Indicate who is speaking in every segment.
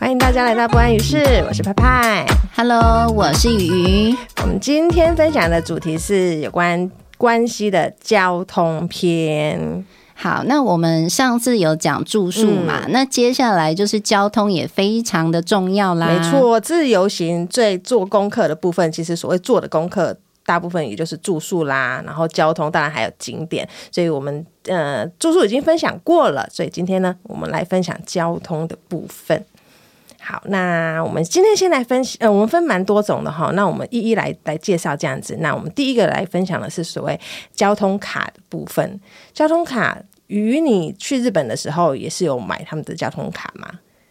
Speaker 1: 欢迎大家来到不安于室，我是派派。
Speaker 2: Hello，我是雨鱼。
Speaker 1: 我们今天分享的主题是有关关系的交通篇。
Speaker 2: 好，那我们上次有讲住宿
Speaker 1: 嗯
Speaker 2: 嘛，那接下来就是交通也非常的重要啦。
Speaker 1: 没，错，自由行最做功课的部分，其实所谓做的功课，大部分也就是住宿啦，然后交通，当然还有景点。所以我们呃住宿已经分享过了，所以今天呢，我们来分享交通的部分。 好，那我们今天先来分析，呃，我们分蛮多种的哈，那我们一一来来介绍这样子。那我们第一个来分享的是所谓交通卡的部分。交通卡，与你去日本的时候也是有买他们的交通卡吗？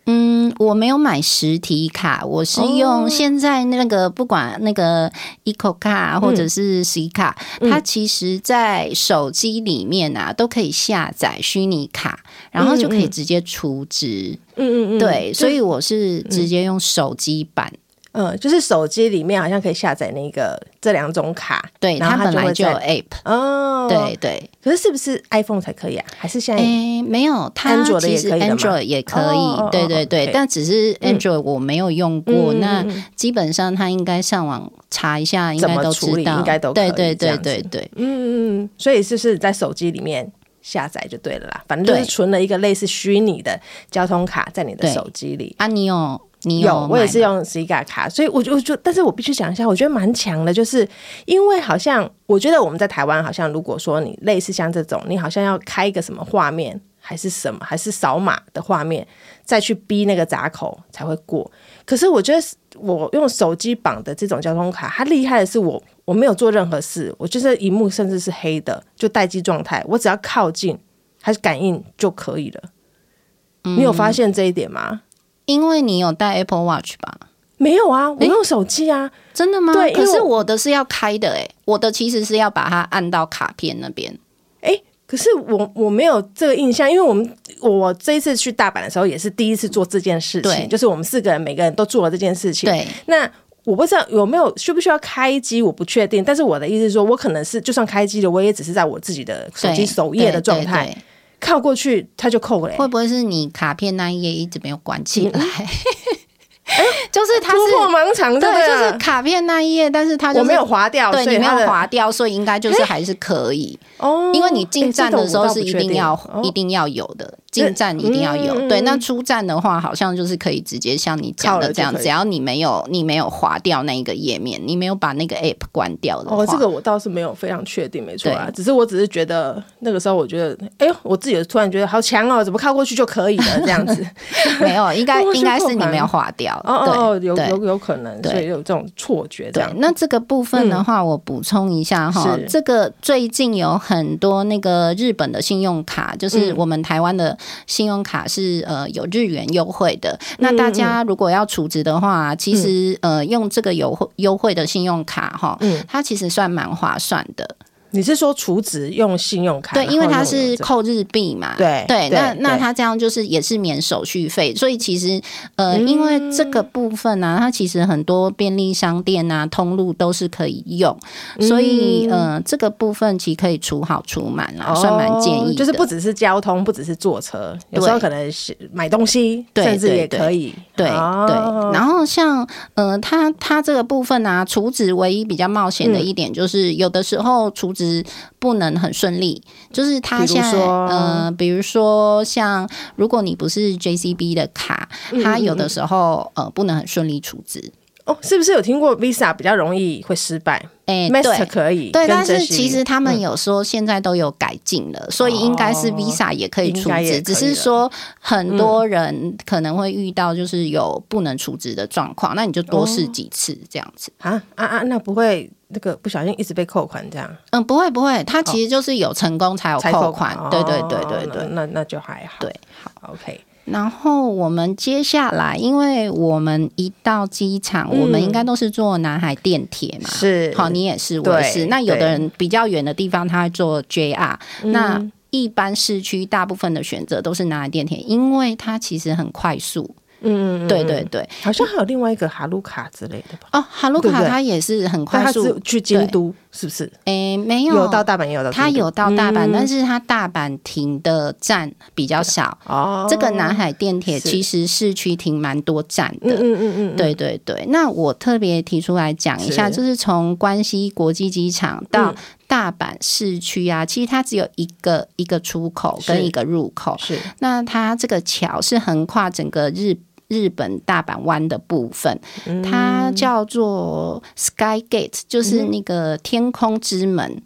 Speaker 2: 嗯，我没有买实体卡，我是
Speaker 1: 哦
Speaker 2: 用现在那个不管那个 Eco
Speaker 1: 嗯
Speaker 2: 卡或者是 C 卡，它其实在手机里面啊都可以下载虚拟卡，然后就可以直接储值。
Speaker 1: 嗯嗯嗯，
Speaker 2: 对，
Speaker 1: 就
Speaker 2: 所以我是直接用手机版。
Speaker 1: 嗯，就是手机里面好像可以下载那个这两种卡，
Speaker 2: 对，
Speaker 1: 然后
Speaker 2: 它本来
Speaker 1: 会
Speaker 2: 就有
Speaker 1: 在
Speaker 2: App，
Speaker 1: 哦，
Speaker 2: 对，对，
Speaker 1: 可是是不是 iPhone 才可以啊？还是现在？
Speaker 2: 诶，哎没有，它
Speaker 1: Android
Speaker 2: 其实
Speaker 1: 也可以的吗
Speaker 2: Android 也可以，
Speaker 1: 哦哦哦
Speaker 2: 对对对，
Speaker 1: OK
Speaker 2: 但只是 Android 我没有用过，
Speaker 1: 嗯
Speaker 2: 那
Speaker 1: 嗯嗯
Speaker 2: 基本上它应该上网查一下，应该都
Speaker 1: 怎么处理
Speaker 2: 知道，
Speaker 1: 应该都可以
Speaker 2: 对对
Speaker 1: 这
Speaker 2: 对
Speaker 1: 样子
Speaker 2: 对对，
Speaker 1: 嗯嗯嗯，所以是不是在手机里面下载就对了啦？反正就是
Speaker 2: 对
Speaker 1: 存了一个类似虚拟的交通卡在你的
Speaker 2: 对
Speaker 1: 手机里。
Speaker 2: 啊，你有你
Speaker 1: 有，我也
Speaker 2: 哦买
Speaker 1: 是
Speaker 2: 吗
Speaker 1: 用 Siga 卡，所以我就我就，但是我必须讲一下，我觉得蛮强的，就是因为好像我觉得我们在台湾好像，如果说你类似像这种，你好像要开一个什么画面，还是什么，还是扫码的画面，再去逼那个闸口才会过。可是我觉得我用手机绑的这种交通卡，它厉害的是我我没有做任何事，我就是荧幕甚至是黑的，就待机状态，我只要靠近还是感应就可以了。你有发现这一点吗？
Speaker 2: 因为你有带 Apple Watch 吧？
Speaker 1: 没有啊，我用手机啊。
Speaker 2: 真的吗？
Speaker 1: 对因为
Speaker 2: 可是
Speaker 1: 我
Speaker 2: 我的是要开的、欸，诶，我的其实是要把它按到卡片那边。
Speaker 1: 哎，可是我我没有这个印象，因为我们我这一次去大阪的时候也是第一次做这件事
Speaker 2: 对
Speaker 1: 情，就是我们四个人每个人都做了这件事情。
Speaker 2: 对，
Speaker 1: 那。我不知道有没有需不需要开机，我不确定。但是我的意思是说，我可能是就算开机了，我也只是在我自己的手机
Speaker 2: 对
Speaker 1: 首页的
Speaker 2: 对
Speaker 1: 状
Speaker 2: 对哦
Speaker 1: 态，
Speaker 2: 对
Speaker 1: 靠过去它就扣了、欸。
Speaker 2: 会不会是你卡片那一页一直没有关起来？ 就是它
Speaker 1: 嗯哎突破
Speaker 2: 是。
Speaker 1: 盲肠，
Speaker 2: 对，
Speaker 1: 了
Speaker 2: 就是卡片那一页，但是它就是
Speaker 1: 啊我没有划掉，
Speaker 2: 对，
Speaker 1: 所
Speaker 2: 你
Speaker 1: 以
Speaker 2: 没
Speaker 1: 它
Speaker 2: 有
Speaker 1: 的
Speaker 2: 划掉，所以应该就是还是可以，
Speaker 1: 哦，
Speaker 2: 因为你进站的时候是一定要、
Speaker 1: 哎这个我倒不确定
Speaker 2: 一定要有的，进站一定要有。
Speaker 1: 嗯
Speaker 2: 对，那出站的话，好像就是可以直接像你讲
Speaker 1: 靠了
Speaker 2: 的
Speaker 1: 就
Speaker 2: 这样，
Speaker 1: 可以
Speaker 2: 只要你没有你没有划掉那一个页面，你没有把那个 app 关掉的话，
Speaker 1: 哦，这个我倒是没有非常确定，没错啊
Speaker 2: 对，
Speaker 1: 只是我只是觉得那个时候，我觉得，哎呦，我自己突然觉得好强哦，怎么靠过去就可以了这样 子。
Speaker 2: 没有，应 该
Speaker 1: 我去
Speaker 2: 应该是你
Speaker 1: 购买
Speaker 2: 没有划掉。
Speaker 1: 哦哦
Speaker 2: 对
Speaker 1: 哦，有
Speaker 2: 对
Speaker 1: 有有可能，
Speaker 2: 对
Speaker 1: 所以有这种错觉这
Speaker 2: 对
Speaker 1: 样，。
Speaker 2: 那这个部分的话，我补充一下哈
Speaker 1: 是，
Speaker 2: 这个最近有很多那个日本的信用卡，
Speaker 1: 嗯
Speaker 2: 就是我们台湾的信用卡是呃有日元优惠的。那
Speaker 1: 嗯
Speaker 2: 大家如果要储值的话，其实呃用这个优惠优惠的信用卡哈，
Speaker 1: 嗯
Speaker 2: 它其实算蛮划算的。
Speaker 1: 你是说储值用信用卡？
Speaker 2: 对，因为
Speaker 1: 然
Speaker 2: 它
Speaker 1: 后用
Speaker 2: 是
Speaker 1: 这
Speaker 2: 扣日币嘛。
Speaker 1: 对
Speaker 2: 对，
Speaker 1: 对
Speaker 2: 那那
Speaker 1: 对
Speaker 2: 它这样就是也是免手续费，所以其实呃，因为这个
Speaker 1: 嗯
Speaker 2: 部分呢、啊，它其实很多便利商店啊、通路都是可以用，所以呃，这个部分其实可以除好除满啦，算蛮建
Speaker 1: 嗯哦
Speaker 2: 议的。
Speaker 1: 就是不只是交通，不只是坐车，有时候可能是买东西，
Speaker 2: 对
Speaker 1: 甚至
Speaker 2: 对
Speaker 1: 也
Speaker 2: 对
Speaker 1: 可以。
Speaker 2: 对
Speaker 1: 哦
Speaker 2: 对，然后像呃，它它这个部分啊，储值唯一比较冒险
Speaker 1: 嗯
Speaker 2: 的一点就是，有的时候储值不能很顺利，就是它
Speaker 1: 比如
Speaker 2: 现在
Speaker 1: 说
Speaker 2: 呃，比如说像如果你不是 JCB 的卡，
Speaker 1: 嗯
Speaker 2: 它有的时候呃不能很顺利储值，
Speaker 1: 哦，是不是有听过 Visa 比较容易会失败
Speaker 2: 哎、
Speaker 1: ，Master
Speaker 2: 对。
Speaker 1: 可以，
Speaker 2: 对，
Speaker 1: 跟
Speaker 2: 但是
Speaker 1: JCB
Speaker 2: 其实他们有说现在都有改进了，所以应该是
Speaker 1: 哦
Speaker 2: Visa 也可以
Speaker 1: 应
Speaker 2: 储
Speaker 1: 该也可以
Speaker 2: 值，只是说很多人可能会遇到就是有不能储值的状况，那你就多试几次这样子。
Speaker 1: 啊啊啊，那不会那个不小心一直被扣款这样。
Speaker 2: 嗯，不会不会，它其实就是有成功才有
Speaker 1: 才
Speaker 2: 扣款，对对对对
Speaker 1: 哦
Speaker 2: 对。
Speaker 1: 那那那就还好，
Speaker 2: 对，
Speaker 1: 好，OK，
Speaker 2: 然后我们接下来，因为我们一到机场，
Speaker 1: 嗯
Speaker 2: 我们应该都是坐南海电铁嘛，
Speaker 1: 是
Speaker 2: 好，你也是，我也
Speaker 1: 对
Speaker 2: 是。那有的
Speaker 1: 对
Speaker 2: 人比较远的地方，他会坐 JR，、那。
Speaker 1: 嗯
Speaker 2: 一般市区大部分的选择都是南海电铁，因为它其实很快速。
Speaker 1: 嗯，
Speaker 2: 对对对，
Speaker 1: 好像还有另外一个哈鲁卡之类的吧，
Speaker 2: 哦，哈鲁
Speaker 1: 对不
Speaker 2: 卡
Speaker 1: 对
Speaker 2: 它也是很
Speaker 1: 但
Speaker 2: 快
Speaker 1: 他只
Speaker 2: 速
Speaker 1: 有，去京都，是不是？
Speaker 2: 诶、没有，
Speaker 1: 有到大阪，也有到
Speaker 2: 他
Speaker 1: 京都
Speaker 2: 有到大阪，
Speaker 1: 嗯
Speaker 2: 但是他大阪停的站比较少。
Speaker 1: 哦，
Speaker 2: 这个南海电铁
Speaker 1: 是
Speaker 2: 其实市区停蛮多站
Speaker 1: 嗯
Speaker 2: 的。
Speaker 1: 嗯嗯嗯，嗯，
Speaker 2: 对对对，那我特别提出来讲一下，
Speaker 1: 是
Speaker 2: 就是从关西国际机场到
Speaker 1: 嗯
Speaker 2: 大阪市区啊，其实它只有一个一个出口
Speaker 1: 是
Speaker 2: 跟一个入口，
Speaker 1: 是
Speaker 2: 那它这个桥是横跨整个日日本大阪湾的部分，
Speaker 1: 嗯
Speaker 2: 它叫做 Sky Gate，就是
Speaker 1: 嗯
Speaker 2: 那个天空之门。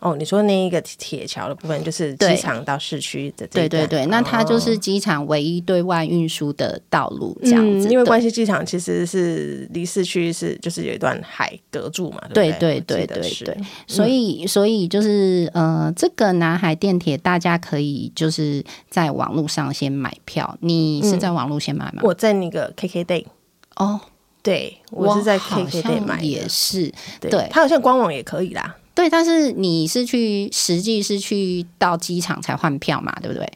Speaker 1: 哦，你说那一个铁桥的部分，就是机
Speaker 2: 对
Speaker 1: 场到市区的这
Speaker 2: 对
Speaker 1: 一
Speaker 2: 对
Speaker 1: 段，
Speaker 2: 对，那它就
Speaker 1: 哦
Speaker 2: 是机场唯一对外运输的道路，这样子。
Speaker 1: 嗯因为
Speaker 2: 对
Speaker 1: 关西机场其实是离市区是就是有一段海隔住嘛，
Speaker 2: 对
Speaker 1: 不对
Speaker 2: 对对
Speaker 1: 我记得
Speaker 2: 对
Speaker 1: 是
Speaker 2: 对，所
Speaker 1: 嗯
Speaker 2: 以所以就是呃，这个南海电铁大家可以就是在网络上先买票，你是在网络先买吗？
Speaker 1: 嗯我在那个 KKday，
Speaker 2: 哦，
Speaker 1: 对我是在
Speaker 2: 好
Speaker 1: KKday
Speaker 2: 像
Speaker 1: 买
Speaker 2: 也
Speaker 1: 的，
Speaker 2: 是
Speaker 1: 对
Speaker 2: 对，
Speaker 1: 它好像官网也可以啦，
Speaker 2: 对，但是你是去实际是去到机场才换票嘛，对不对？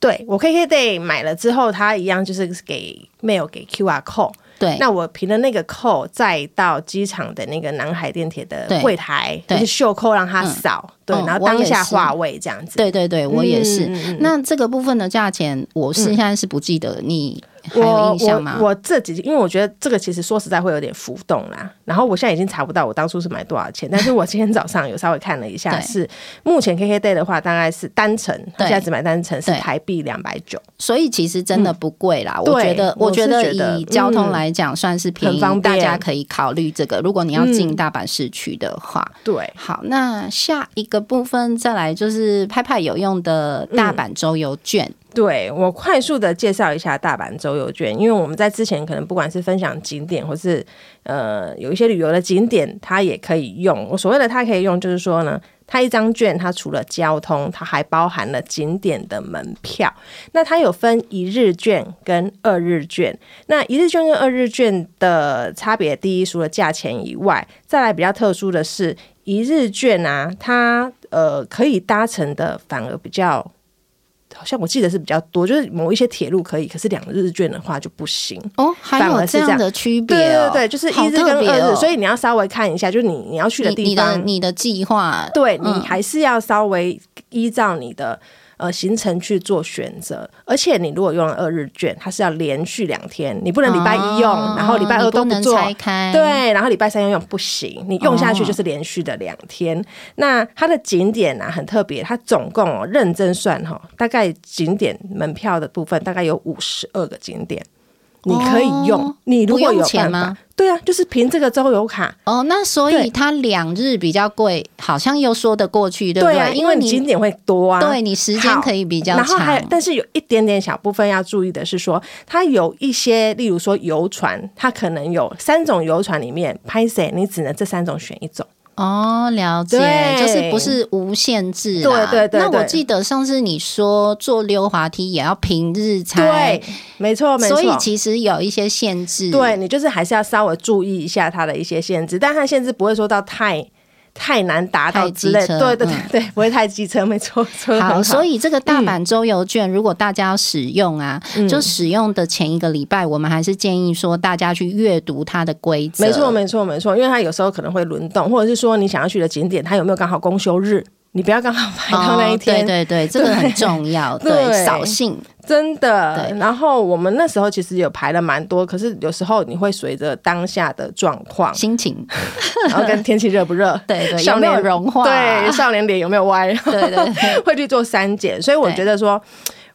Speaker 1: 对我 KKday 买了之后，它一样就是给 mail 给 QR code，
Speaker 2: 对，
Speaker 1: 那我凭了那个扣，再到机场的那个南海电铁的
Speaker 2: 对
Speaker 1: 柜台，就
Speaker 2: 对
Speaker 1: 是袖扣让他扫，对，
Speaker 2: 嗯
Speaker 1: 然后
Speaker 2: 我
Speaker 1: 当
Speaker 2: 也
Speaker 1: 下
Speaker 2: 是
Speaker 1: 划位这样子。
Speaker 2: 对对对，我也是。
Speaker 1: 嗯嗯嗯
Speaker 2: 那这个部分的价钱，我是现在是不记得，你还有
Speaker 1: 我
Speaker 2: 印象吗
Speaker 1: 我？我这几，因为我觉得这个其实说实在会有点浮动啦。然后我现在已经查不到我当初是买多少 钱，但是我今天早上有稍微看了一下，
Speaker 2: 对
Speaker 1: 是目前 KKday 的话大概是单程，它
Speaker 2: 对
Speaker 1: 现在只买单程是
Speaker 2: 对
Speaker 1: 台币两百九，
Speaker 2: 所以其实真的不贵啦，我
Speaker 1: 对
Speaker 2: 觉得，
Speaker 1: 我
Speaker 2: 嗯我
Speaker 1: 是
Speaker 2: 觉
Speaker 1: 觉得
Speaker 2: 以交通来讲算是便嗯
Speaker 1: 很
Speaker 2: 宜，
Speaker 1: 方便
Speaker 2: 大家可以考虑这个。如果你要进大阪市区的话，
Speaker 1: 对，
Speaker 2: 好，那下一个部分再来就是派派有用的大阪周游券，
Speaker 1: 对我快速的介绍一下大阪周游券，因为我们在之前可能不管是分享景点，或是呃有一些旅游的景点，它也可以用。我所谓的它可以用，就是说呢，它一张券，它除了交通，它还包含了景点呃的门票。那它有分一日券跟二日券。那一日券跟二日券的差别，第一除了价钱以外，再来比较特殊的是一日券啊，它呃可以搭乘的反而比较好像我记得是比较多，就是某一些铁路可以，可是两日券的话就不行。
Speaker 2: 哦，还
Speaker 1: 反
Speaker 2: 有
Speaker 1: 而是这
Speaker 2: 样
Speaker 1: 样
Speaker 2: 的区别、
Speaker 1: 对
Speaker 2: 哦
Speaker 1: 对，对，就是一
Speaker 2: 好
Speaker 1: 日
Speaker 2: 特
Speaker 1: 跟
Speaker 2: 别
Speaker 1: 二日，
Speaker 2: 哦
Speaker 1: 所以你要稍微看一下，就是你你要去的
Speaker 2: 你
Speaker 1: 地
Speaker 2: 你的
Speaker 1: 方，
Speaker 2: 你的计划，
Speaker 1: 对你
Speaker 2: 嗯
Speaker 1: 还是要稍微依照你的。呃，行程去做选择，而且你如果用了二日券，它是要连续两天，你不能礼拜一用，
Speaker 2: 哦
Speaker 1: 然后礼拜二
Speaker 2: 你
Speaker 1: 都
Speaker 2: 不能
Speaker 1: 做，
Speaker 2: 拆开，
Speaker 1: 对，然后礼拜三要用不行，你用下去
Speaker 2: 哦
Speaker 1: 就是连续的两天。那它的景点啊很特别，它总共哦认真算哈、哦，大概景点门票的部分大概有五十二个景点，你可以用。
Speaker 2: 哦
Speaker 1: 你如
Speaker 2: 不
Speaker 1: 果
Speaker 2: 用
Speaker 1: 有
Speaker 2: 钱
Speaker 1: 办
Speaker 2: 吗
Speaker 1: 法，对啊，就是凭这个周游卡，
Speaker 2: 哦，那所
Speaker 1: 对
Speaker 2: 以它两日比较贵，好像又说得过去，对不
Speaker 1: 对啊，因
Speaker 2: 因
Speaker 1: 为你
Speaker 2: 你
Speaker 1: 景点会多啊，
Speaker 2: 对你时间
Speaker 1: 好
Speaker 2: 可以比较
Speaker 1: 然后
Speaker 2: 长，
Speaker 1: 还有，但是有一点点小部分要注意的是说，它有一些，例如说游船，它可能有三种游船里面，拍谁你只能这三种选一种。
Speaker 2: 哦，了解，
Speaker 1: 对
Speaker 2: 就是不是无限制啦
Speaker 1: 对对对
Speaker 2: 那我
Speaker 1: 对
Speaker 2: 记得上次你说坐溜滑梯也要平日才
Speaker 1: 对，，没错，没错。
Speaker 2: 所以其实有一些限制。
Speaker 1: 对你就是还是要稍微注意一下它的一些限制，但它限制不会说到太太难达到
Speaker 2: 太
Speaker 1: 之类
Speaker 2: 机
Speaker 1: 的，
Speaker 2: 车
Speaker 1: 对对对
Speaker 2: 嗯
Speaker 1: 对，不会太机车，没错，说得很
Speaker 2: 好，所以这个大
Speaker 1: 嗯
Speaker 2: 阪周游券，如果大家要使用啊，就使用的前一个礼拜，我们还是建议说大家去阅读它的规则。
Speaker 1: 没错，没错，没错，因为它有时候可能会轮动，或者是说你想要去的景点，它有没有刚好公休日，你不要刚好排到那一天，
Speaker 2: 哦、对对对，这个很重要，
Speaker 1: 对
Speaker 2: 对，扫兴。
Speaker 1: 真的。
Speaker 2: 对
Speaker 1: 然后我们那时候其实有排了蛮多，可是有时候你会随着当下的状况，
Speaker 2: 心情，，
Speaker 1: 然后跟天气热不热
Speaker 2: 对对，
Speaker 1: 少
Speaker 2: 有没有
Speaker 1: 年
Speaker 2: 融化？啊
Speaker 1: 对，少年脸有没有歪，
Speaker 2: 对对对
Speaker 1: 会去做删减，所以我
Speaker 2: 对
Speaker 1: 觉得说。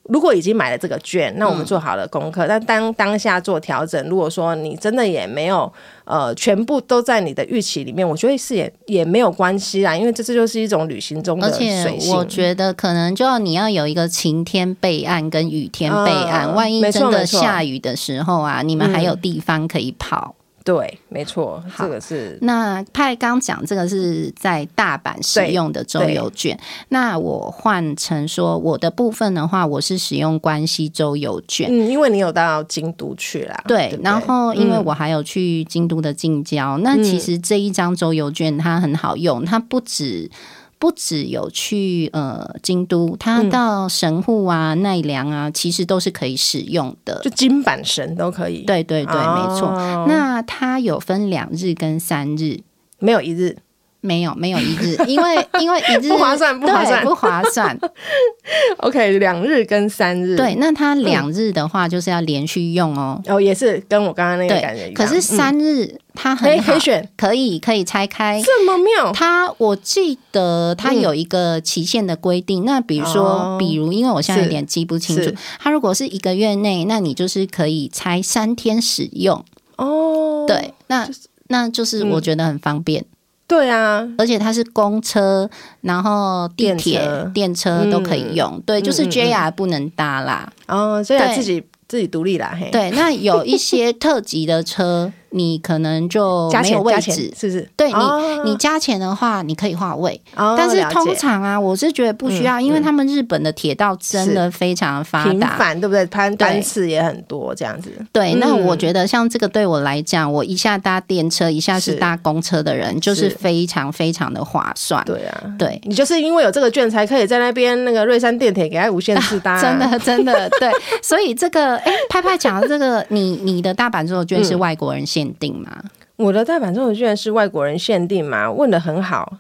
Speaker 1: 如果已经买了这个券，那我们做好了功课。但
Speaker 2: 嗯
Speaker 1: 当当下做调整，如果说你真的也没有呃全部都在你的预期里面，我觉得是也也没有关系啦，因为这这就是一种旅行中
Speaker 2: 而
Speaker 1: 的
Speaker 2: 且
Speaker 1: 随性。
Speaker 2: 我觉得可能就要你要有一个晴天备案跟雨天备案，
Speaker 1: 嗯
Speaker 2: 万一
Speaker 1: 没错
Speaker 2: 真的
Speaker 1: 没错嗯
Speaker 2: 下雨的时候啊，你们还有地方可以跑。
Speaker 1: 对，没错，
Speaker 2: 好
Speaker 1: 这个是
Speaker 2: 那派刚讲这个是在大阪使用的周游券，那我换成说我的部分的话，我是使用关西周游券。
Speaker 1: 嗯，因为你有到京都去啦，
Speaker 2: 对，
Speaker 1: 啊不
Speaker 2: 然后因为
Speaker 1: 嗯
Speaker 2: 我还有去京都的近郊，那其实这一张周游券它很好用，它不止不止有去呃京
Speaker 1: 嗯
Speaker 2: 都，它到神户啊、奈良啊，其实都是可以使用的
Speaker 1: 就。金板神都可以，
Speaker 2: 对对对，没错。
Speaker 1: 哦
Speaker 2: 那它有分两日跟三日，
Speaker 1: 没有一日，
Speaker 2: 没有没有一 日，因为因为一日
Speaker 1: 不划算不划算嗯
Speaker 2: 对不划 算。
Speaker 1: OK，两日跟三日，
Speaker 2: 对，那它两日的话就是要连续用哦。
Speaker 1: 哦，也是跟我刚刚那个感觉一样。
Speaker 2: 对，可是
Speaker 1: 嗯
Speaker 2: 三日它
Speaker 1: 可以
Speaker 2: 很好
Speaker 1: 可以，选，
Speaker 2: 可以可以拆开。
Speaker 1: 这么妙，
Speaker 2: 它我记得它有一个期限的规定，那比如
Speaker 1: 哦
Speaker 2: 说，比如因为我现在有
Speaker 1: 是
Speaker 2: 点记不清楚
Speaker 1: 是，
Speaker 2: 它如果是一个月内，那你就是可以拆三天使用。
Speaker 1: 哦，
Speaker 2: 对，那那就是我觉得很方便，
Speaker 1: 对啊，
Speaker 2: 而且它是公车，然后地
Speaker 1: 电
Speaker 2: 铁
Speaker 1: 车、嗯
Speaker 2: 电车都可以用。对，就是 JR 不能搭啦。
Speaker 1: 哦，所以
Speaker 2: 对
Speaker 1: 自己自己独立啦，嘿，，
Speaker 2: 对，那有一些特级的车，你可能就
Speaker 1: 加
Speaker 2: 没
Speaker 1: 钱
Speaker 2: 有位
Speaker 1: 加钱
Speaker 2: 置。
Speaker 1: 是不是？
Speaker 2: 对你，
Speaker 1: 哦
Speaker 2: 你加钱的话，你可以划位。
Speaker 1: 哦
Speaker 2: 但是
Speaker 1: 了解嗯
Speaker 2: 通常啊，我是觉得不需要，因为他们日本的铁道真的非常发
Speaker 1: 频
Speaker 2: 达。
Speaker 1: 繁，对不对？班
Speaker 2: 对
Speaker 1: 班次也很多，这样子。
Speaker 2: 对，那
Speaker 1: 嗯
Speaker 2: 我觉得像这个对我来讲，我一下搭电车，一下是
Speaker 1: 是
Speaker 2: 搭公车的人，就是
Speaker 1: 是
Speaker 2: 非常非常的划算。
Speaker 1: 对啊，
Speaker 2: 对，
Speaker 1: 你就是因为有这个券，才可以在那边那个瑞山电铁给它无限次搭、 啊
Speaker 2: 真，的，真的，对，所以这个，哎、派派讲的这个，你你的大阪猪肉券
Speaker 1: 嗯
Speaker 2: 是外国人限定吗？
Speaker 1: 我的大阪中文券是外国人限定嘛？问的很好。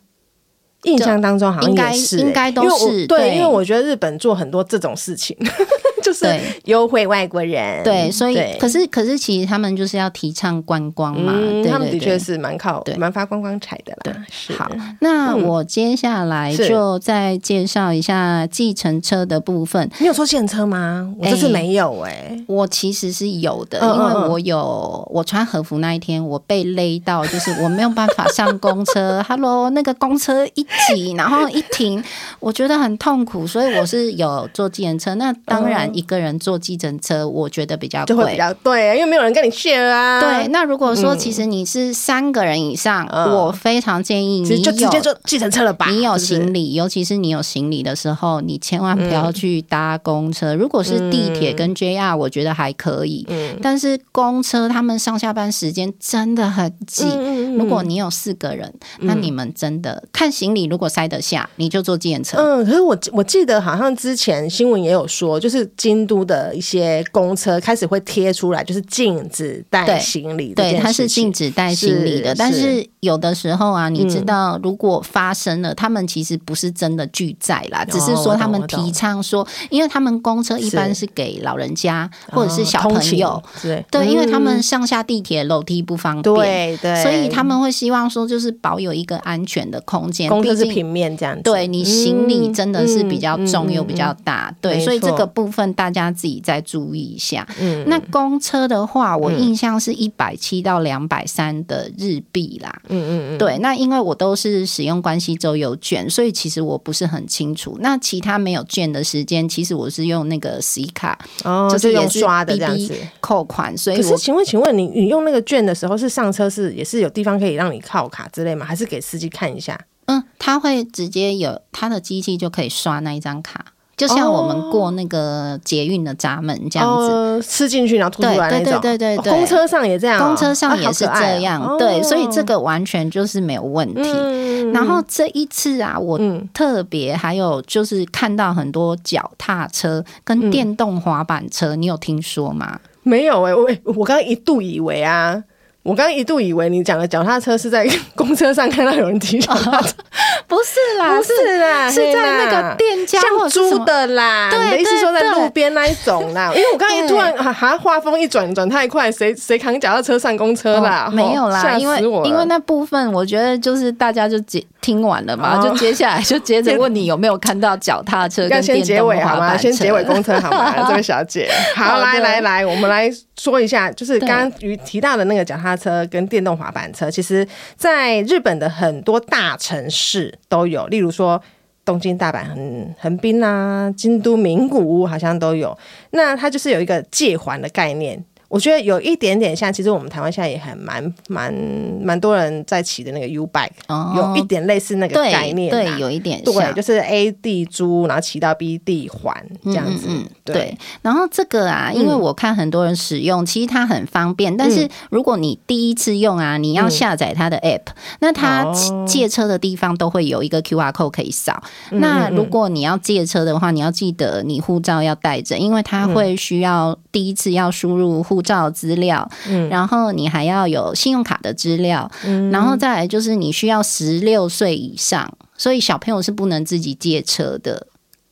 Speaker 1: 印象当中好像
Speaker 2: 应该
Speaker 1: 也是、欸
Speaker 2: 应该都
Speaker 1: 因为我
Speaker 2: 是
Speaker 1: 对，
Speaker 2: 对
Speaker 1: 因为我觉得日本做很多这种事情， 就是
Speaker 2: 对
Speaker 1: 优惠外国人。
Speaker 2: 对，所以
Speaker 1: 对
Speaker 2: 可是可是，其实他们就是要提倡观光嘛，
Speaker 1: 嗯，
Speaker 2: 对
Speaker 1: 他们的
Speaker 2: 对
Speaker 1: 确
Speaker 2: 对。
Speaker 1: 是蛮靠
Speaker 2: 对
Speaker 1: 蛮发光光彩的啦。是
Speaker 2: 好，那我接下来
Speaker 1: 嗯是
Speaker 2: 就再介绍一下计程车的部分。
Speaker 1: 你有坐现车吗？我这次
Speaker 2: 哎
Speaker 1: 没有哎、
Speaker 2: 我其实是有的，
Speaker 1: 嗯
Speaker 2: 因
Speaker 1: 嗯
Speaker 2: 为
Speaker 1: 嗯
Speaker 2: 我有我穿和服那一天，我被勒到，就是我没有办法上公车。Hello，那个 公车一挤，然后一停， 我觉得很痛苦，所以我是有坐计程车。那当然，一个人坐计程车，我觉得比较
Speaker 1: 嗯就会比
Speaker 2: 哦贵。
Speaker 1: 较对，因为没有人跟你 share 啊。
Speaker 2: 对，，那如果说其实你是三个人以上，
Speaker 1: 嗯
Speaker 2: 我非常建议
Speaker 1: 其实
Speaker 2: 你
Speaker 1: 就直
Speaker 2: 有
Speaker 1: 接坐计程车了吧？
Speaker 2: 你
Speaker 1: 是
Speaker 2: 有
Speaker 1: 不是
Speaker 2: 行李，尤其是你有行李的时候，你千万不
Speaker 1: 嗯
Speaker 2: 要去搭公车。如果是地铁跟 JR，我觉得还可以，
Speaker 1: 嗯
Speaker 2: 但是公车他们上下班时间真的很挤。
Speaker 1: 嗯嗯嗯嗯
Speaker 2: 如果你有四个人，那你们真的看行李，如果塞得下，你就坐计程车。
Speaker 1: 嗯，可是我记我记得好像之前新闻也有说，就是京都的一些公车开始会贴出来，就是禁止带
Speaker 2: 对
Speaker 1: 行李这件
Speaker 2: 对，
Speaker 1: 事情。
Speaker 2: 它是禁止带行李的，
Speaker 1: 是嗯
Speaker 2: 但
Speaker 1: 是
Speaker 2: 是有的时候啊，你知道，如果发生了，他们其实不是真的拒载啦，只是
Speaker 1: 哦我
Speaker 2: 说
Speaker 1: 懂
Speaker 2: 他们
Speaker 1: 我懂
Speaker 2: 提倡说，因为他们公车一般
Speaker 1: 是啊
Speaker 2: 是给老人家或者是小
Speaker 1: 哦通
Speaker 2: 朋
Speaker 1: 勤
Speaker 2: 友，
Speaker 1: 之类，
Speaker 2: 对，因为他们
Speaker 1: 嗯
Speaker 2: 上下地铁楼梯不方便，
Speaker 1: 对对，
Speaker 2: 所以他们会希望说就是保有一个安全的空间，
Speaker 1: 公车
Speaker 2: 毕
Speaker 1: 是
Speaker 2: 竟
Speaker 1: 平面这样子。
Speaker 2: 对你行李真的是比较重
Speaker 1: 嗯
Speaker 2: 又比较大，对，
Speaker 1: 没
Speaker 2: 所以这
Speaker 1: 错
Speaker 2: 个部分大家自己再注意一下。
Speaker 1: 嗯
Speaker 2: 那公车的话，我印象是一百七到两百三的日币啦。
Speaker 1: 嗯嗯嗯，
Speaker 2: 对，那因为我都是使用关系周游券，所以其实我不是很清楚。那其他没有券的时间，其实我是用那个 C 卡
Speaker 1: 哦，
Speaker 2: 就是
Speaker 1: 就用
Speaker 2: 也是
Speaker 1: 刷的这样
Speaker 2: BB
Speaker 1: 子。
Speaker 2: 扣款，所以
Speaker 1: 可是，
Speaker 2: 我
Speaker 1: 请问，请问你，你用那个券的时候是上车是也是有地方可以让你靠卡之类吗？还是给司机看一下？
Speaker 2: 嗯，它会直接有它的机器就可以刷那一张卡，就像我们过那个捷运的闸门这样子。
Speaker 1: 哦，吃进去然后吐出
Speaker 2: 对
Speaker 1: 来那
Speaker 2: 对
Speaker 1: 种。
Speaker 2: 对对
Speaker 1: 哦
Speaker 2: 对对，
Speaker 1: 公车上也这样哦、
Speaker 2: 公车上
Speaker 1: 啊
Speaker 2: 也是这样，对，所以这。个完全就是没有问
Speaker 1: 好可
Speaker 2: 题。
Speaker 1: 爱啊哦嗯
Speaker 2: 然后这一次啊，我
Speaker 1: 嗯，
Speaker 2: 特别还有就是看到很多脚踏车
Speaker 1: 嗯
Speaker 2: 跟电动滑板车，你有听说吗？
Speaker 1: 没有哎、我欸我刚刚一度以为啊。我刚刚一度以为你讲的脚踏车是在公车上看到有人提脚踏车，
Speaker 2: 不是啦
Speaker 1: 不 是啦，
Speaker 2: 是
Speaker 1: 嘿
Speaker 2: 在那
Speaker 1: 啦
Speaker 2: 个店家或
Speaker 1: 像
Speaker 2: 者是什
Speaker 1: 租
Speaker 2: 么
Speaker 1: 的啦，
Speaker 2: 对
Speaker 1: 你的意思
Speaker 2: 对
Speaker 1: 说在
Speaker 2: 对
Speaker 1: 路边那一种 啦？因为我刚刚一
Speaker 2: 对
Speaker 1: 突然哈哈画风一转转太快，谁谁扛脚踏车上公车啦？
Speaker 2: 哦
Speaker 1: 吼
Speaker 2: 没有啦，
Speaker 1: 吓
Speaker 2: 因为
Speaker 1: 死我了
Speaker 2: 因为那部分我觉得就是大家就接听完了嘛，
Speaker 1: 哦
Speaker 2: 就接下来就接着问你有没有看到脚踏车
Speaker 1: 要
Speaker 2: 跟
Speaker 1: 先
Speaker 2: 电
Speaker 1: 结
Speaker 2: 动
Speaker 1: 尾好
Speaker 2: 滑
Speaker 1: 吗？
Speaker 2: 板车？
Speaker 1: 先结尾公车好 吗？这位小姐，好，
Speaker 2: 好的
Speaker 1: 来来来，我们来说一下，就是
Speaker 2: 对
Speaker 1: 刚刚于提到的那个脚踏车跟电动滑板车，其实在日本的很多大城市都有，例如说。东京、大阪、横横滨啊，京都、名古屋好像都有。那它就是有一个借还的概念，我觉得有一点点像，其实我们台湾现在也很蛮蛮蛮多人在骑的那个 U bike，、
Speaker 2: 哦
Speaker 1: 有一点类似那个概
Speaker 2: 对
Speaker 1: 念、啊
Speaker 2: 对，有一点
Speaker 1: 对，
Speaker 2: 像
Speaker 1: 就。是 A 地租，然后骑到 B 地还这样子。
Speaker 2: 嗯嗯嗯
Speaker 1: 对嗯
Speaker 2: 对，然后这个啊，因为我看很多人使用，其实它很方便。但是如果你第一次用啊，你要下载它的 app，、那它
Speaker 1: 嗯哦
Speaker 2: 借车的地方都会有一个 QR code 可以扫。
Speaker 1: 嗯
Speaker 2: 那如果你要借车的话，你要记得你护照要带着，因为它会需要第一次要输入护护照资料，
Speaker 1: 嗯
Speaker 2: 然后你还要有信用卡的资料，然后再来就是你需要十六岁以上，所以小朋友是不能自己借车的。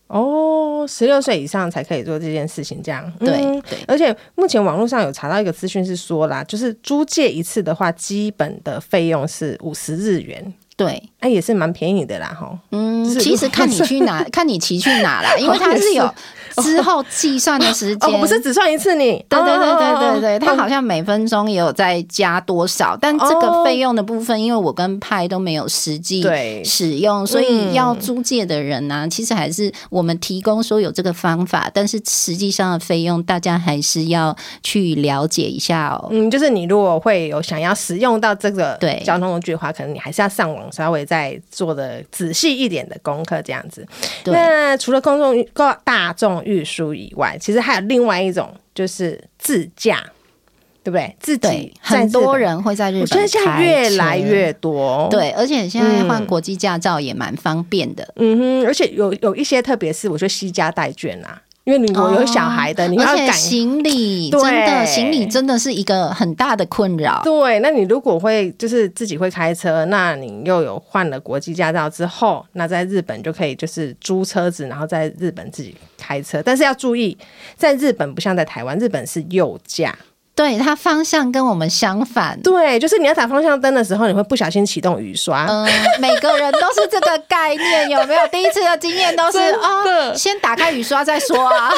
Speaker 1: 哦，十六岁以上才可以做这件事情，这样
Speaker 2: 对、
Speaker 1: 嗯
Speaker 2: 对，
Speaker 1: 而且目前网络上有查到一个资讯是说啦，就是租借一次的话，基本的费用是五十日元，
Speaker 2: 对，
Speaker 1: 哎、也是蛮便宜的啦，吼。
Speaker 2: 嗯，
Speaker 1: 是
Speaker 2: 其实看你去哪，看你骑去哪啦，因为它是有之后计算的时间，
Speaker 1: 哦，不是只算一次你，
Speaker 2: 对对对对对
Speaker 1: 哦
Speaker 2: 对，它
Speaker 1: 哦
Speaker 2: 好像每分钟也有在加多少，但这个费用的部分，因为我跟派都没有实际
Speaker 1: 对
Speaker 2: 使用，所以要租借的人呢、其实还是我们提供说有这个方法，但是实际上的费用大家还是要去了解一下哦。
Speaker 1: 嗯，就是你如果会有想要使用到这个
Speaker 2: 对
Speaker 1: 交通工具的话，可能你还是要上网稍微再做的仔细一点的功课，这样子。
Speaker 2: 对
Speaker 1: 那除了公众运高大众运输以外，其实还有另外一种就是自驾，对不对？自己
Speaker 2: 对，
Speaker 1: 在
Speaker 2: 很
Speaker 1: 日本
Speaker 2: 多，人会在日本，
Speaker 1: 我觉得现在越来。越多。，
Speaker 2: 对，而且现在换
Speaker 1: 嗯
Speaker 2: 国际驾照也蛮方便的，
Speaker 1: 嗯哼，而且有有一些，特别是我觉得西家带券啊，因为你如果有小孩的，你要
Speaker 2: 哦而且
Speaker 1: 赶
Speaker 2: 行李
Speaker 1: 对
Speaker 2: 真的行李真的是一个很大的困扰。
Speaker 1: 对，那你如果会就是自己会开车，那你又有换了国际驾照之后，那在日本就可以就是租车子，然后在日本自己开车。但是要注意，在日本不像在台湾，日本是右驾，
Speaker 2: 对，它方向跟我们相反。
Speaker 1: 对，就是你要打方向灯的时候，你会不小心启动雨刷。
Speaker 2: 嗯、 每个人都是这个概念，有没有？第一次的经验都是
Speaker 1: 真的
Speaker 2: 哦，先打开雨刷再 说啊。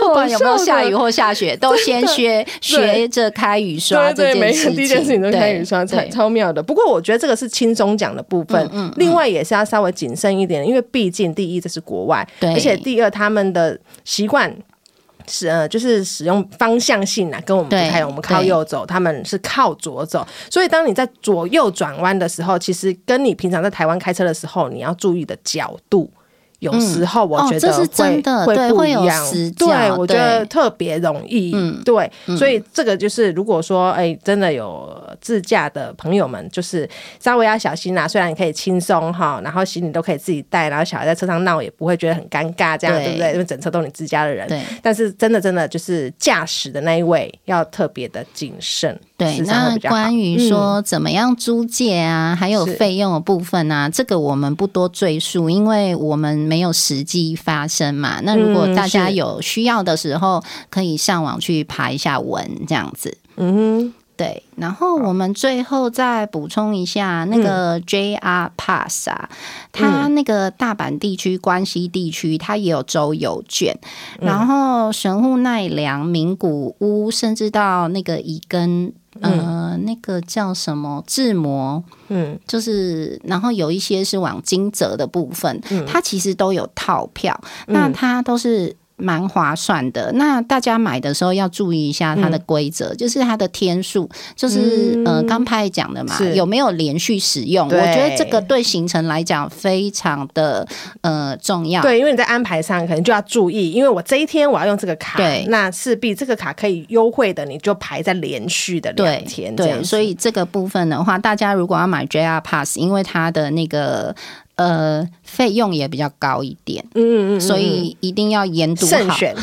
Speaker 2: 不管有没有下雨或下雪，都先学学着开雨刷这
Speaker 1: 对对，
Speaker 2: 件
Speaker 1: 每
Speaker 2: 事
Speaker 1: 个
Speaker 2: 情。
Speaker 1: 第一件事情都开雨刷，
Speaker 2: 对
Speaker 1: 超超妙的。不过我觉得这个是轻松讲的部分，
Speaker 2: 嗯嗯嗯
Speaker 1: 另外也是要稍微谨慎一点，因为毕竟第一这是国外，
Speaker 2: 对
Speaker 1: 而且第二他们的习惯。是呃，就是使用方向性啊，跟我们不
Speaker 2: 对
Speaker 1: 太一样。我们靠
Speaker 2: 对
Speaker 1: 右走，他们是靠左走。所以当你在左右转弯的时候，其实跟你平常在台湾开车的时候，你要注意的角度，有时候我
Speaker 2: 哦
Speaker 1: 觉
Speaker 2: 这
Speaker 1: 得
Speaker 2: 是
Speaker 1: 会、
Speaker 2: 真的
Speaker 1: 会
Speaker 2: 对
Speaker 1: 不
Speaker 2: 会
Speaker 1: 一
Speaker 2: 有
Speaker 1: 样。
Speaker 2: 死角
Speaker 1: 对，我觉得
Speaker 2: 对
Speaker 1: 特别容易，
Speaker 2: 嗯
Speaker 1: 对，所以这个就是如果说哎、真的有自驾的朋友们，就是稍微要小心啦、虽然你可以轻松哈，然后行李都可以自己带，然后小孩在车上闹也不会觉得很尴尬，这样对
Speaker 2: 对
Speaker 1: 不对？因为整车都是你自家的人。
Speaker 2: 对
Speaker 1: 但是真的真的就是驾驶的那一位要特别的谨慎，
Speaker 2: 对，
Speaker 1: 时常会
Speaker 2: 那
Speaker 1: 比较好
Speaker 2: 关于
Speaker 1: 嗯
Speaker 2: 说怎么样租借啊，还有
Speaker 1: 是
Speaker 2: 费用的部分啊，这个我们不多赘述，因为我们没有实际发生嘛。那如果
Speaker 1: 嗯
Speaker 2: 大家
Speaker 1: 是
Speaker 2: 有需要的时候，可以上网去爬一下文这样子。
Speaker 1: 嗯哼
Speaker 2: 对，然后我们最后再补充一下那
Speaker 1: 嗯
Speaker 2: 个 JR Pass 啊，它那个大阪地区、关西地区，它也有周游券，
Speaker 1: 嗯
Speaker 2: 然后神户奈良、名古屋，甚至到那个乙根，呃，那个叫什么志摩，
Speaker 1: 嗯，
Speaker 2: 就是，然后有一些是往金泽的部分，
Speaker 1: 嗯
Speaker 2: 它其实都有套票，那它都是。蛮划算的，那大家买的时候要注意一下它的
Speaker 1: 嗯
Speaker 2: 规则，就是它的天数，就是、呃，刚派讲的嘛，
Speaker 1: 是
Speaker 2: 有没有连续使用？我
Speaker 1: 对
Speaker 2: 觉得这个对行程来讲非常的呃重要。
Speaker 1: 对，因为你在安排上可能就要注意，因为我这一天我要用这个卡，
Speaker 2: 对
Speaker 1: 那势必这个卡可以优惠的，你就排在连续的两
Speaker 2: 对
Speaker 1: 天这样
Speaker 2: 对，
Speaker 1: 子，
Speaker 2: 所以这个部分的话，大家如果要买 JR Pass，因为它的那个呃费用也比较高一点，
Speaker 1: 嗯嗯嗯，
Speaker 2: 所以一定要研读
Speaker 1: 慎
Speaker 2: 好，
Speaker 1: 选。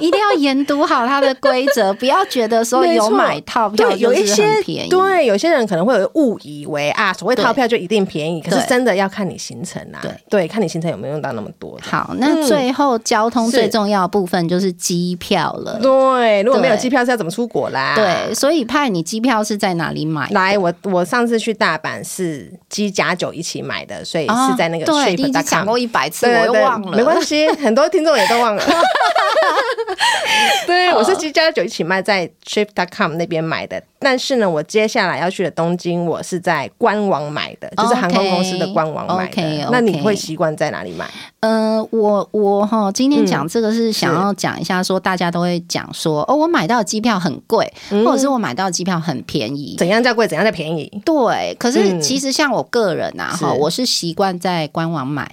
Speaker 2: 一定要研读好它的规则，不要觉得说
Speaker 1: 没
Speaker 2: 有
Speaker 1: 错
Speaker 2: 买套票
Speaker 1: 对，有一
Speaker 2: 就是
Speaker 1: 些
Speaker 2: 很便宜。
Speaker 1: 对有些人可能会有误以为啊，所谓套票就一定便宜，可是
Speaker 2: 对
Speaker 1: 真的要看你行程啊，
Speaker 2: 对
Speaker 1: 看你行程有没有用到那么多的。
Speaker 2: 好，那
Speaker 1: 嗯
Speaker 2: 最后交通
Speaker 1: 是
Speaker 2: 最重要的部分就是机票了。
Speaker 1: 对，如果没有
Speaker 2: 对
Speaker 1: 机票是要怎么出国啦？
Speaker 2: 对，，所以派你机票是在哪里买？
Speaker 1: 来，我我上次去大阪是机甲酒一起买的，所以
Speaker 2: 啊
Speaker 1: 是在那个
Speaker 2: 对，你已经讲
Speaker 1: trip.com
Speaker 2: 过一百次，
Speaker 1: 对
Speaker 2: 我
Speaker 1: 对
Speaker 2: 又
Speaker 1: 对
Speaker 2: 忘了，
Speaker 1: 没关 系，很多听众也都忘了。对，我是机加酒一起卖在 trip.com 那边买的，但是呢，我接下来要去的东京，我是在官网买的，
Speaker 2: 哦
Speaker 1: 就是航空公司的官网买的。
Speaker 2: OK，OK，OK
Speaker 1: 那你会习惯在哪里买？
Speaker 2: 呃，我我哈，今天讲这个是想
Speaker 1: 嗯是
Speaker 2: 要讲一下，说大家都会讲说，哦，我买到的机票很贵，或者是我买到的机票很便宜。
Speaker 1: 嗯怎样叫贵，怎样叫便宜？
Speaker 2: 对，可
Speaker 1: 嗯
Speaker 2: 是其实像我个人啊，哈、
Speaker 1: 是嗯
Speaker 2: 我是习惯在官网买。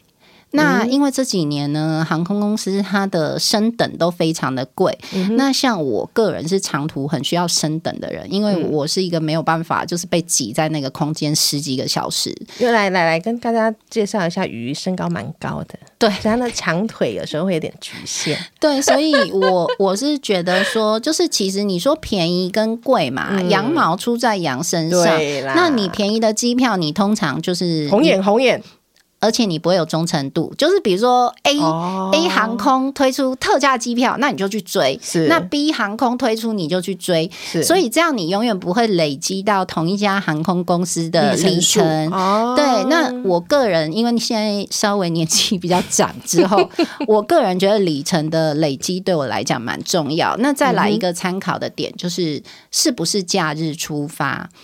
Speaker 2: 那因为这几年呢，航空公司它的升等都非常的贵。
Speaker 1: 嗯
Speaker 2: 那像我个人是长途很需要升等的人，因为
Speaker 1: 嗯
Speaker 2: 我是一个没有办法就是被挤在那个空间十几个小时。
Speaker 1: 因为来来来，跟大家介绍一下，鱼身高蛮高的，
Speaker 2: 对
Speaker 1: 所以它的长腿有时候会有点局限。
Speaker 2: 对，所以我我是觉得说，就是其实你说便宜跟贵嘛，羊毛出在羊身上。
Speaker 1: 嗯对啦，
Speaker 2: 嗯啊那你便宜的机票，你通常就是
Speaker 1: 红眼红眼
Speaker 2: 而且你不会有忠诚度，就是比如说 A、
Speaker 1: 哦
Speaker 2: A 航空推出特价机票，那你就去追；
Speaker 1: 是
Speaker 2: 那 B 航空推出你就去追，
Speaker 1: 是
Speaker 2: 所以这样你永远不会累积到同一家航空公司的里
Speaker 1: 数
Speaker 2: 程。
Speaker 1: 哦，
Speaker 2: 对，那我个人因为你现在稍微年纪比较长 之后，我个人觉得里程的累积对我来讲蛮重要。那再
Speaker 1: 嗯
Speaker 2: 来一个参考的点就是，是不是假日出发，
Speaker 1: 嗯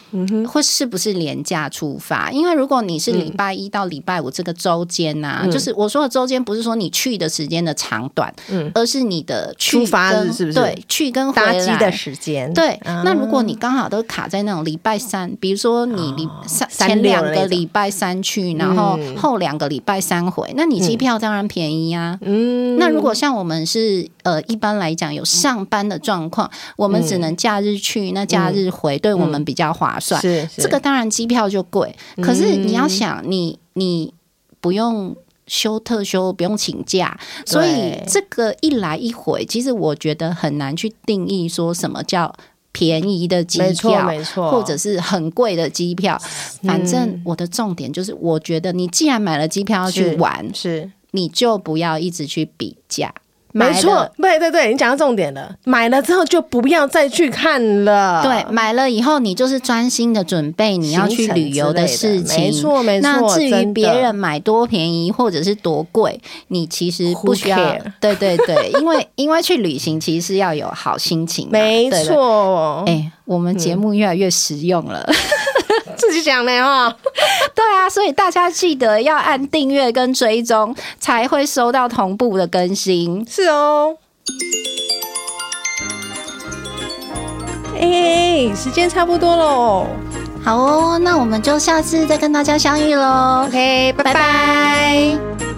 Speaker 2: 或是不是廉价出发？因为如果你是
Speaker 1: 嗯
Speaker 2: 礼拜一到礼拜五这个周间呐、就是我说的周间，不是说你去的时间的长短，而是你的去
Speaker 1: 嗯出发日
Speaker 2: 跟
Speaker 1: 是不是
Speaker 2: 对，去跟回
Speaker 1: 搭机
Speaker 2: 来
Speaker 1: 的时间，嗯
Speaker 2: 对，那如果你刚好都卡在那种礼拜三，比如说你礼三
Speaker 1: 哦三
Speaker 2: 前
Speaker 1: 六嗯
Speaker 2: 两
Speaker 1: 的那
Speaker 2: 个
Speaker 1: 种
Speaker 2: 礼拜三去，然后后两个礼拜三回，那你机票当然便宜呀、
Speaker 1: 嗯，
Speaker 2: 那如果像我们是呃，一般来讲有上班的状况，我们只
Speaker 1: 嗯
Speaker 2: 能假日去，那假日回，对我们比较划算。
Speaker 1: 是是嗯
Speaker 2: 这个当然机票就贵，可是你要想，你你不用休特休，不用请假，
Speaker 1: 对
Speaker 2: 所以这个一来一回，其实我觉得很难去定义说什么叫便宜的机
Speaker 1: 没错
Speaker 2: 票。
Speaker 1: 没错，嗯
Speaker 2: 或者是很贵的机票，反正我的重点就是，我觉得你既然买了机票要去
Speaker 1: 是
Speaker 2: 玩，
Speaker 1: 是。
Speaker 2: 你就不要一直去比价。
Speaker 1: 没
Speaker 2: 买
Speaker 1: 错
Speaker 2: 了，，
Speaker 1: 对对对，你讲到重点了。买了之后就不要再去看了。
Speaker 2: 对，买了以后你就是专心的准备你要去
Speaker 1: 行程
Speaker 2: 旅游
Speaker 1: 之类的
Speaker 2: 事情。
Speaker 1: 没错没错。
Speaker 2: 那至于
Speaker 1: 真的
Speaker 2: 别人买多便宜或者是多贵，你其实
Speaker 1: Who
Speaker 2: 不需要
Speaker 1: care？。
Speaker 2: 对对对，因为因为去旅行其实是要有好心情嘛。
Speaker 1: 没
Speaker 2: 对的。
Speaker 1: 错，嗯
Speaker 2: 哎、我们节目越来越实用了。
Speaker 1: 自己讲的哈。
Speaker 2: 对啊，所以大家记得要按订阅跟追踪，才会收到同步的更新。
Speaker 1: 是哦。哎、时间差不多喽。哦
Speaker 2: 好哦，那我们就下次再跟大家相遇喽。
Speaker 1: OK，拜
Speaker 2: 拜
Speaker 1: 拜
Speaker 2: 拜